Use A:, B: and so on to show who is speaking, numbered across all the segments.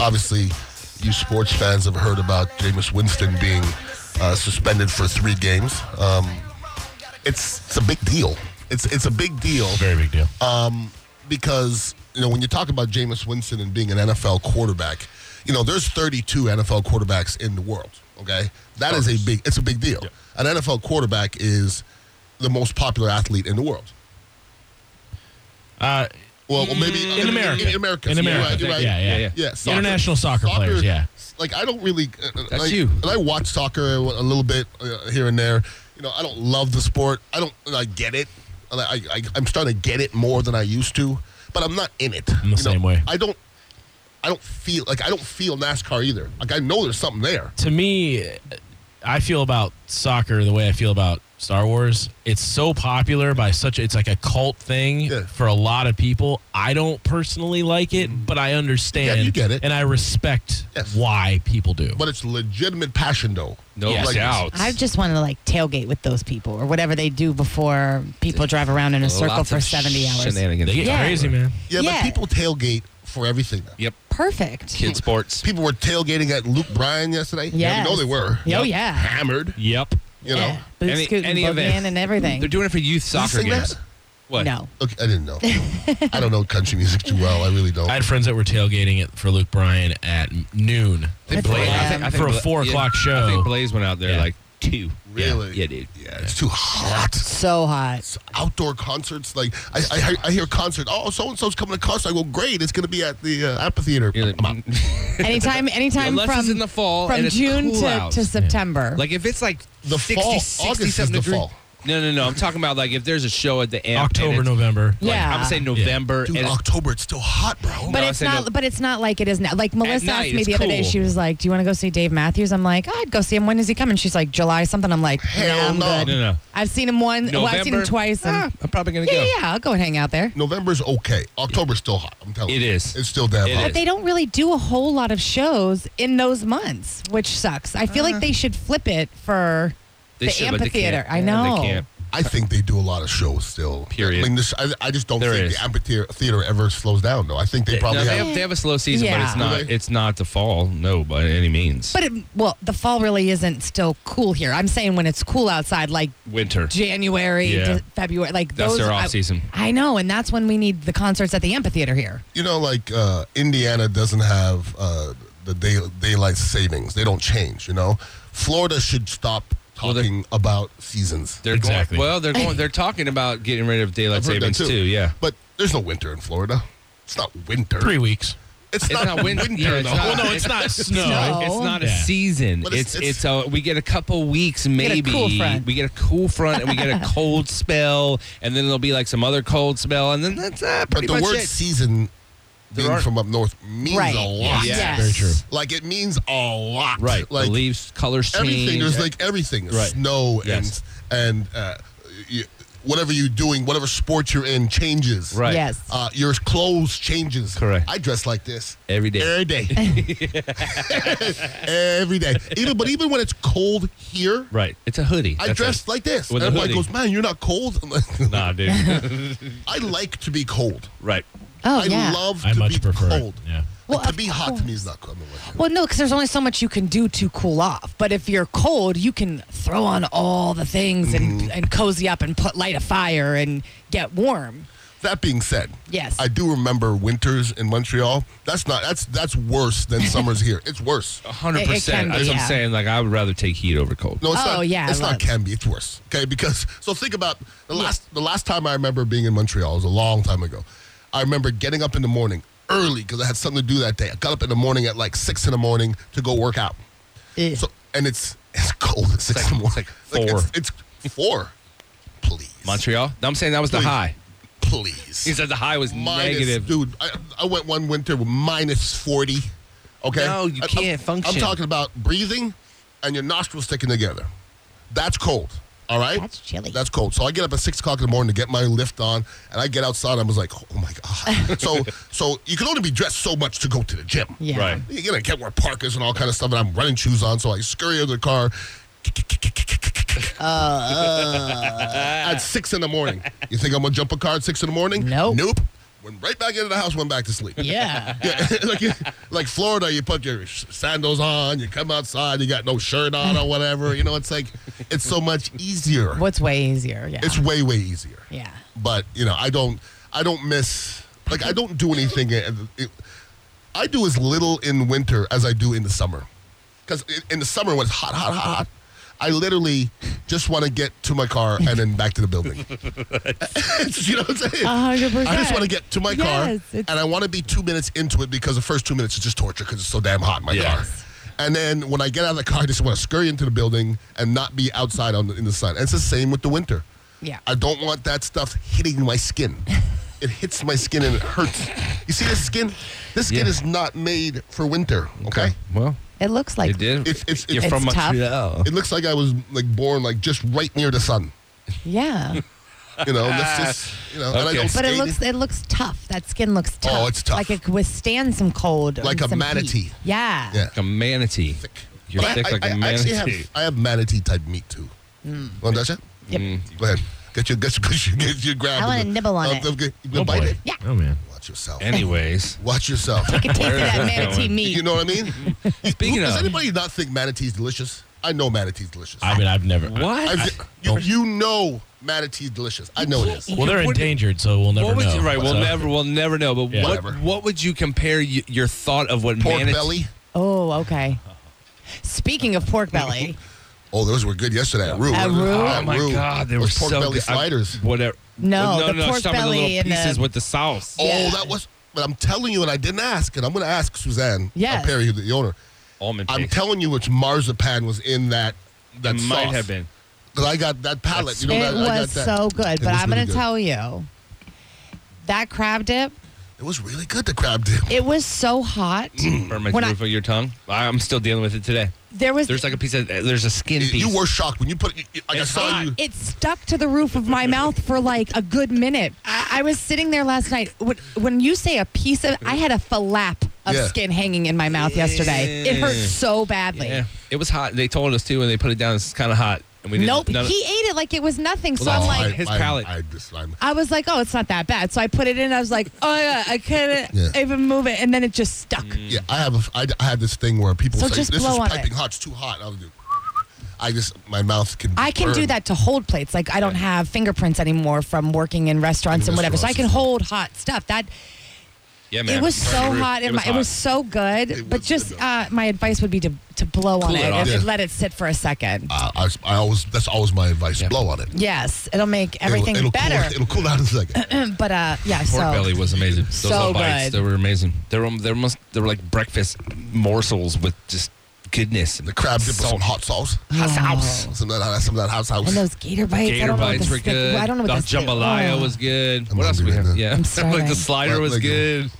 A: obviously, you sports fans have heard about Jameis Winston being uh, suspended for three games. Um, it's it's a big deal. It's it's a big deal
B: Very big deal.
A: Uh, because you know when you talk about Jameis Winston and being an NFL quarterback, you know there's 32 NFL quarterbacks in the world. Okay, that is a big. It's a big deal. An NFL quarterback is the most popular athlete in the world.
B: uh,
A: Well, well, maybe
B: in,
A: maybe
B: America.
A: in America,
B: In
A: You're
B: America.
A: right, you're right.
B: Yeah, yeah, yeah.
A: Yeah, soccer.
B: International soccer, players. Yeah.
A: Like I don't really. Uh,
C: That's
A: like,
C: you.
A: and I watch soccer a little bit uh, here and there. You know, I don't love the sport. I don't. I get it. And I, I, I'm starting to get it more than I used to, but I'm not in it.
B: I'm the
A: You know,
B: same way.
A: I don't. I don't feel like I don't feel NASCAR either. Like I know there's something there.
B: To me, I feel about soccer the way I feel about Star Wars. It's so popular by such it's like a cult thing
A: Yeah. Mm-hmm.
B: for a lot of people. I don't personally like it, but I understand.
A: Yeah, you get it.
B: and I respect
A: Yes.
B: why people do.
A: But it's legitimate passion, though.
C: No
B: Yes.
C: doubt.
D: I just want to like tailgate with those people or whatever they do before people drive around in a circle
C: Lots
D: for
C: of
D: 70 hours.
C: Shenanigans.
B: they get
D: Yeah.
B: crazy, man.
A: Yeah,
D: Yeah.
A: but people tailgate for everything. now.
C: Yep.
D: Perfect.
C: Kid sports.
A: People were tailgating at Luke Bryan yesterday. Yeah,
D: Yes.
A: you know they were.
D: Oh, yeah.
A: hammered.
B: Yep.
A: You know.
D: Yeah. Boot
C: Any-
D: scooting,
C: any
D: boogieing,
C: event.
D: and everything.
C: They're doing it for youth soccer
A: sing that?
C: games. What?
D: no.
A: Okay, I didn't know. I don't know country music too well. I really don't.
B: I had friends that were tailgating it for Luke Bryan at noon.
C: They
D: That's
C: Blaze.
D: lame.
C: I think, I think
B: For a
C: Bla-
B: four
C: yeah,
B: o'clock
C: I
B: show.
C: think Blaze went out there
B: Yeah.
C: like two.
A: Really?
C: Yeah, yeah dude.
A: yeah, it's too hot.
D: So hot.
A: It's outdoor concerts, like I, I, hear- I hear concert. Oh, so and so's coming to concert. I go, great. It's going to be at the uh, amphitheater.
C: You're like,
D: Anytime, anytime
C: Unless
D: from
C: it's in the fall
D: from
C: and it's
D: June
C: cool
D: to,
C: out.
D: to September.
C: like if it's like
A: The
C: 60,
A: fall,
C: 60,
A: August is
C: 70
A: the
C: degree-
A: fall.
C: No, no, no. I'm talking about like if there's a show at the end.
B: October, November.
D: Yeah.
C: I'm saying November.
A: Dude,
C: and it's-
A: October. It's still hot, bro.
C: No,
D: but
C: I
D: it's
C: said
D: not.
C: no.
D: But it's not like it is now. Like Melissa
C: night,
D: asked me
C: it's
D: the other day.
C: cool.
D: She was like, "Do you want to go see Dave Matthews?" I'm like, "I'd go see him. When is he coming?" She's like, "July something." I'm like,
A: Hell
D: "Nah, I'm
A: no.
D: good.
C: No, no.
D: I've seen him one. Well, I've seen him
C: November,
D: twice. And,
C: ah, I'm probably gonna
D: yeah,
C: go.
D: yeah, yeah. I'll go and hang out there.
A: November's okay. October's still hot. I'm telling
C: It
A: you.
C: is.
A: It's still damn
C: It
A: hot.
C: is.
D: But they don't really do a whole lot of shows in those months, which sucks. I feel like they should flip it for
C: They
D: the
C: should, but they
D: amphitheater.
C: can't.
D: I
C: Yeah, they
D: know.
C: can't.
A: I think they do a lot of shows still.
C: Period.
A: I mean, this, I, I just don't
C: There
A: think
C: is.
A: the amphitheater theater ever slows down, though. I think they probably
C: No, they,
A: have.
C: have, they have a slow season, but it's
D: Yeah.
C: not.
A: Okay.
C: It's not the fall. No, by any means.
D: But it, well, the fall really isn't still cool here. I'm saying when it's cool outside, like
C: winter.
D: January
C: Yeah.
D: to February, like
C: That's
D: those,
C: their
D: I-
C: off season.
D: I know, and that's when we need the concerts at the amphitheater here.
A: you know, like uh, Indiana doesn't have uh, the day, daylight savings. They don't change. You know, Florida should stop
C: Well, they're-
A: talking about seasons.
C: They're
B: Exactly.
C: Going, well, they're going. They're talking about getting rid of daylight
A: I've heard that
C: savings too. Yeah.
A: but there's no winter in Florida. It's not winter.
B: Three weeks.
A: It's,
C: It's
A: not,
C: not win-
A: winter.
C: yeah, it's
A: though.
C: not-
B: Well, no, it's not snow.
D: No.
C: It's not a
B: Yeah.
C: season.
A: But
C: It's
A: it's-
C: it's, a we get a couple weeks
D: a
C: maybe.
D: cool front.
C: We get a cool front and we get a cold spell and then there'll be like some other cold spell and then that's uh,
A: But
C: pretty
A: the
C: much
A: word
C: it.
A: season
C: There
A: being
C: aren't-
A: from up north means
D: Right.
A: a lot.
C: Yeah.
D: Yes.
B: Very true.
A: Like it means a lot.
C: right.
A: Like
C: the leaves colors change.
A: everything. There's like everything.
C: Right.
A: Snow
C: Yes.
A: and and uh, y whatever you're doing, whatever sport you're in changes.
C: Right.
D: Yes.
A: Uh, your clothes changes.
C: Correct.
A: I dress like this
C: every day.
A: every day. every day. Even but even when it's cold here,
C: right. It's a hoodie.
A: I
C: That's
A: dress like this.
C: With a
A: Everybody
C: hoodie.
A: goes, man, you're not cold. I'm like,
C: it. Nah, dude.
A: I like to be cold.
C: right.
D: oh
A: I
D: yeah.
A: love
B: I
A: to
B: much
A: be
B: prefer it.
A: cold.
B: Yeah.
A: Like,
D: Well,
A: to
D: of
A: be hot
D: course.
A: to me is not cool. I'm not like,
D: well, no, because there's only so much you can do to cool off. But if you're cold, you can throw on all the things and, and cozy up and put light a fire and get warm.
A: That being said,
D: Yes.
A: I do remember winters in Montreal. That's not that's that's worse than summers here. It's worse.
C: hundred
D: It- it can
C: percent.
D: be,
C: That's what
D: yeah.
C: I'm saying. Like I would rather take heat over cold.
A: No, it's
D: Oh,
A: not.
D: yeah, I
A: it's
D: love-
A: not can be. It's worse. Okay, because so think about the last the last time I remember being in Montreal was a long time ago. I remember getting up in the morning early because I had something to do that day. I got up in the morning at like six in the morning to go work out.
D: Ugh.
A: So and it's it's cold at six
C: like-
A: in the morning.
C: it's like
A: Like,
C: four.
A: it's, it's four. Please,
C: Montreal. No, I'm saying that was the
A: Please.
C: high.
A: Please.
C: He said the high was
A: minus,
C: negative.
A: dude. I, I went one winter with minus forty. Okay,
C: No, you
A: I-
C: can't
A: I'm,
C: function.
A: I'm talking about breathing and your nostrils sticking together. That's cold. All right,
D: That's chilly.
A: That's cold. So I get up at six o'clock in the morning to get my lift on, and I get outside. and I was like, oh my god. so so you can only be dressed so much to go to the gym.
D: Yeah.
C: Right.
A: You know, I can't wear parkas and all kind of stuff, and I'm running shoes on, so I scurry out of the car.
D: Uh.
A: at six in the morning. You think I'm gonna jump a car at six in the morning?
D: Nope.
A: Nope. went right back into the house, went back to sleep.
D: Yeah.
A: Yeah, like like Florida, you put your sh- sandals on, you come outside, you got no shirt on or whatever. You know, it's like it's so much easier.
D: What's way easier? Yeah.
A: It's way way easier.
D: yeah.
A: But you know, I don't I don't miss like I don't do anything. uh, it- I do as little in winter as I do in the summer, because in the summer when it's hot, hot, hot, hot. I literally just want to get to my car and then back to the building. you know what I'm saying?
D: A hundred percent.
A: I just want to get to my car,
D: Yes, it's-
A: and I want to be two minutes into it because the first two minutes is just torture because it's so damn hot in my
B: Yes.
A: car. And then when I get out of the car, I just want to scurry into the building and not be outside on the, in the sun. And it's the same with the winter.
D: Yeah.
A: I don't want that stuff hitting my skin. it hits my skin and it hurts. You see this skin? This skin
C: Yeah.
A: is not made for winter. Okay.
C: Well,
D: It looks like
C: it did.
A: It's- it's-
C: You're
A: it's
C: from
D: tough.
C: Montreal.
A: It looks like I was like born like just right near the sun.
D: Yeah.
A: You know, that's just you know, and I
C: Okay.
A: don't
D: But it
A: skate
D: looks it looks tough. That skin looks tough.
A: Oh, it's tough.
D: Like it could withstand some cold.
A: Like
D: and
A: a
D: some
A: manatee.
D: heat. Yeah.
A: Yeah.
C: Like a manatee. You're
A: But I-
C: thick
A: I-
C: like a
A: I
C: manatee.
A: actually have I have manatee type meat too. Want to touch it? Mm.
D: Yep.
A: Go ahead. Get your get your get your, get your grab.
D: I wanna
A: of the-
D: nibble on
A: of
D: it.
A: the- you gonna
B: Oh,
A: bite
B: boy.
A: it.
D: Yeah.
B: Oh, man.
A: Watch yourself.
C: Anyways,
A: Watch yourself.
D: I could taste
C: Where is
D: that
C: this
D: manatee
C: going?
D: meat.
A: you know what I mean?
C: speaking
A: Does
C: of,
A: anybody not think manatee's delicious? I know manatee's delicious.
B: I mean, I've never.
C: What?
A: I've-
C: I-
A: you, you know manatee's delicious. I know it is.
B: well, they're
C: What do-
B: endangered, so we'll never
C: what would
B: know.
C: you, right? We'll
B: So-
C: never, we'll never know. But
B: Yeah.
C: what,
A: Whatever.
C: what would you compare y- your thought of what
A: Pork
C: manatee?
A: belly.
D: Oh, okay. Speaking of pork belly,
A: Oh, those were good yesterday at Rue.
D: At Rue?
C: Oh my
A: Rue.
C: God, they were
A: Those pork
C: so
A: belly
C: good. I-
A: sliders.
C: whatever.
D: No,
C: no,
D: the
C: no,
D: pork
C: stop in the
D: belly
C: little
D: and the-
C: pieces with the sauce.
A: Oh,
D: Yeah.
A: that was. But I'm telling you, and I didn't ask, and I'm going to ask Suzanne uh,
D: Yes.
A: Perry, the owner.
C: Almond
A: Oh, I'm
C: paste.
A: telling you, which marzipan was in that that
C: It might have been.
A: Because I got that palette. You know,
D: it
A: that, I got
D: was
A: that.
D: so good.
A: It
D: But
A: was really
D: I'm gonna
A: good.
D: tell you that crab dip.
A: It was really good. The crab dip.
D: It was so hot.
C: Burn my
D: When I-
C: roof of your tongue. I- I'm still dealing with it today.
D: There was
C: There's like a piece of uh, there's a skin
A: You-
C: piece.
A: You were shocked when you put. You, you- like I
C: It's
A: saw
C: hot.
A: you.
D: it stuck to the roof of my mouth for like a good minute. I, I was sitting there last night. When, when you say a piece of, I had a flap of
A: Yeah.
D: skin hanging in my mouth yesterday. It hurt so badly.
C: yeah, it was hot. They told us too, and they put it down. It's kind of hot, and we didn't.
D: Nope, he
C: none
D: ate
C: of-
D: it like it was nothing. So
C: Well,
D: I'm
C: that's
D: like,
C: fine. his
A: Oh, I,
C: palate.
A: I, I just. I'm,
D: I was like, oh, it's not that bad. So I put it in. I was like, oh, yeah, I couldn't
A: Yeah.
D: even move it. And then it just stuck.
C: Mm.
A: yeah, I have. A, I, I had this thing where people
D: So
A: say
D: just
A: this
D: blow on
A: is piping
D: it."
A: hot. It's too hot. I'll do. I just my mouth can.
D: I can do
A: burn.
D: that to hold plates. Like, I don't have fingerprints anymore from working in restaurants
A: In
D: and whatever. So I
A: restaurants
D: can
A: and stuff.
D: hold hot stuff. That
C: yeah, man.
D: It was
C: Burn
D: so
C: the roof.
D: hot. in my- It was
C: hot.
D: so good.
A: It
D: but
A: was
D: just
A: good, though.
D: uh, my advice would be to, to blow on
C: Cool it
D: it,
C: off.
D: and
A: Yeah.
D: let it sit for a second.
A: Uh, I, I always. That's always my advice. Blow on it.
D: yes, it'll make everything
A: it'll, it'll
D: better.
A: Cool, it'll cool down in a second.
D: but uh, yeah,
C: Pork
D: so
C: belly was amazing. Those
D: So
C: little bites,
D: good.
C: they were amazing. They were they must they were like breakfast morsels with just goodness.
A: the crab dip with some hot sauce.
C: hot sauce.
A: Some of that. Some of that hot sauce.
D: and those gator bites. I
C: Gator
D: don't know what
C: bites
D: the
C: were
D: stick-
C: good.
D: I don't know
C: the
D: what the stick-
C: jambalaya
D: oh.
C: was good.
A: I'm
C: what else we
A: hungry
C: have?
A: right now.
C: Yeah,
D: I'm
C: like
D: starving.
C: the slider
A: Like-
C: was
A: like-
C: good.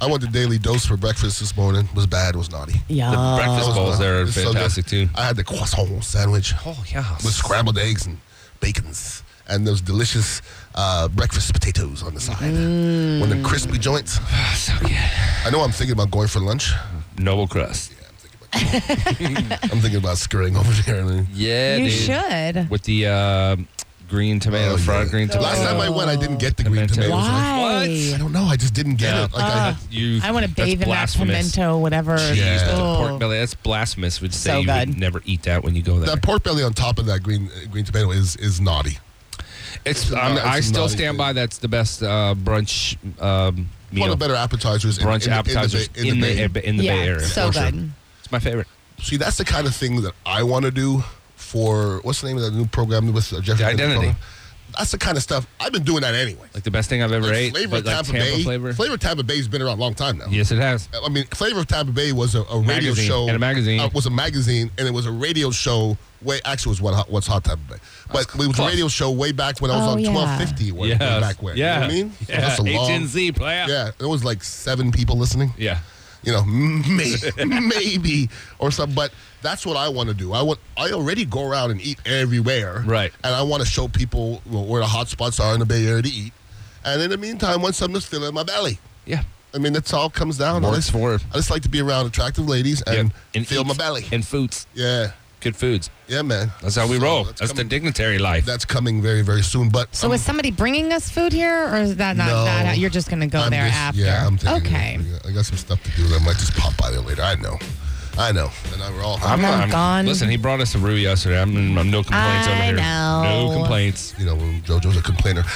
A: I went to Daily Dose for breakfast this morning. It was bad. It was naughty.
D: Yeah.
C: The breakfast bowls there are
A: It's so good.
C: fantastic too.
A: I had the croissant sandwich.
C: Oh yeah,
A: with scrambled eggs and bacons and those delicious uh, breakfast potatoes on the side. One of the crispy joints.
C: so good.
A: I know I'm thinking about going for lunch.
C: Noble crust.
A: Yeah, I'm thinking about, I'm thinking about scurrying over there. And then,
C: Yeah,
D: you
C: dude.
D: should.
C: With the uh, green tomato,
A: Oh,
C: fried
A: yeah.
C: green tomato.
A: Last time I went, I didn't get the green
C: Pimento.
A: tomatoes.
D: Why?
A: I don't know. I just didn't get
C: Yeah. Uh-huh.
A: it. Like I,
D: Ah.
C: You,
D: I want to
C: that's
D: bathe in that
C: blasphemous.
D: pimento, whatever.
A: Jeez,
C: That's
A: the
C: a
D: Oh.
C: pork belly. That's blasphemous. Would say
D: So
C: you would
D: good.
C: never eat that when you go there.
A: that pork belly on top of that green uh, green tomato is is naughty.
C: it's.
A: No,
C: I'm,
A: it's
C: I still
A: naughty
C: stand
A: food.
C: by. That's the best uh, brunch um, meal.
A: One of the better appetizers. in-
C: brunch
A: in, in the-
C: appetizers
A: in the, Bay- in the Bay.
C: in the
D: yeah,
C: Bay Area.
D: so
A: for sure.
D: good.
C: it's my favorite.
A: See, that's the kind of thing that I want to do for what's the name of that new program with uh, Jeffrey?
C: The Identity.
A: Program? That's the kind of stuff I've been doing that anyway.
C: Like the best thing I've ever
A: Like
C: ate.
A: flavor
C: but
A: of
C: like
A: Tampa,
C: Tampa
A: Bay.
C: flavor.
A: Flavor of Tampa Bay's been around a long time now.
C: Yes, it has.
A: I mean, Flavor of Tampa Bay was a, a radio
C: Magazine.
A: show
C: And a magazine.
A: Uh, was a magazine, and it was a radio show. Way actually, it was what hot, what's hot Tampa Bay, but it was a
C: close.
A: radio show way back when I was
D: Oh,
A: on
D: yeah.
A: twelve fifty. Way, way
C: Yes.
A: back when.
C: Yeah.
A: you know what I mean,
C: Yeah.
A: That's a long-
C: HNZ player.
A: Yeah, there was like seven people listening
C: Yeah.
A: you know, may, maybe or something. But that's what I want to do. I want. I already go around and eat everywhere,
C: Right.
A: And I want to show people wh- where the hot spots are in the Bay Area to eat. And in the meantime, want something to fill in my belly.
C: Yeah.
A: I mean, that's all it comes down. I
C: Works
A: just,
C: for it.
A: I just like to be around attractive ladies and,
C: Yep.
A: fill my
C: eats
A: belly.
C: And foods.
A: yeah.
C: good foods.
A: Yeah, man.
C: That's how we
A: So
C: roll.
A: That's,
C: That's the
A: coming,
C: dignitary life.
A: that's coming very, very soon. But
D: So
A: I'm-
D: is somebody bringing us food here, or is that not?
A: No.
D: not how- you're just gonna go
A: I'm
D: there
A: just-
D: after?
A: Yeah, I'm thinking.
D: okay.
A: I got some stuff to do. that I might just pop by there later. I know. I know. And I, we're all.
D: I'm
C: not-
D: gone.
C: Listen, he brought us a roux yesterday. I'm, I'm no complaints
D: I
C: over here.
D: know.
C: No complaints.
A: you know, JoJo's a complainer.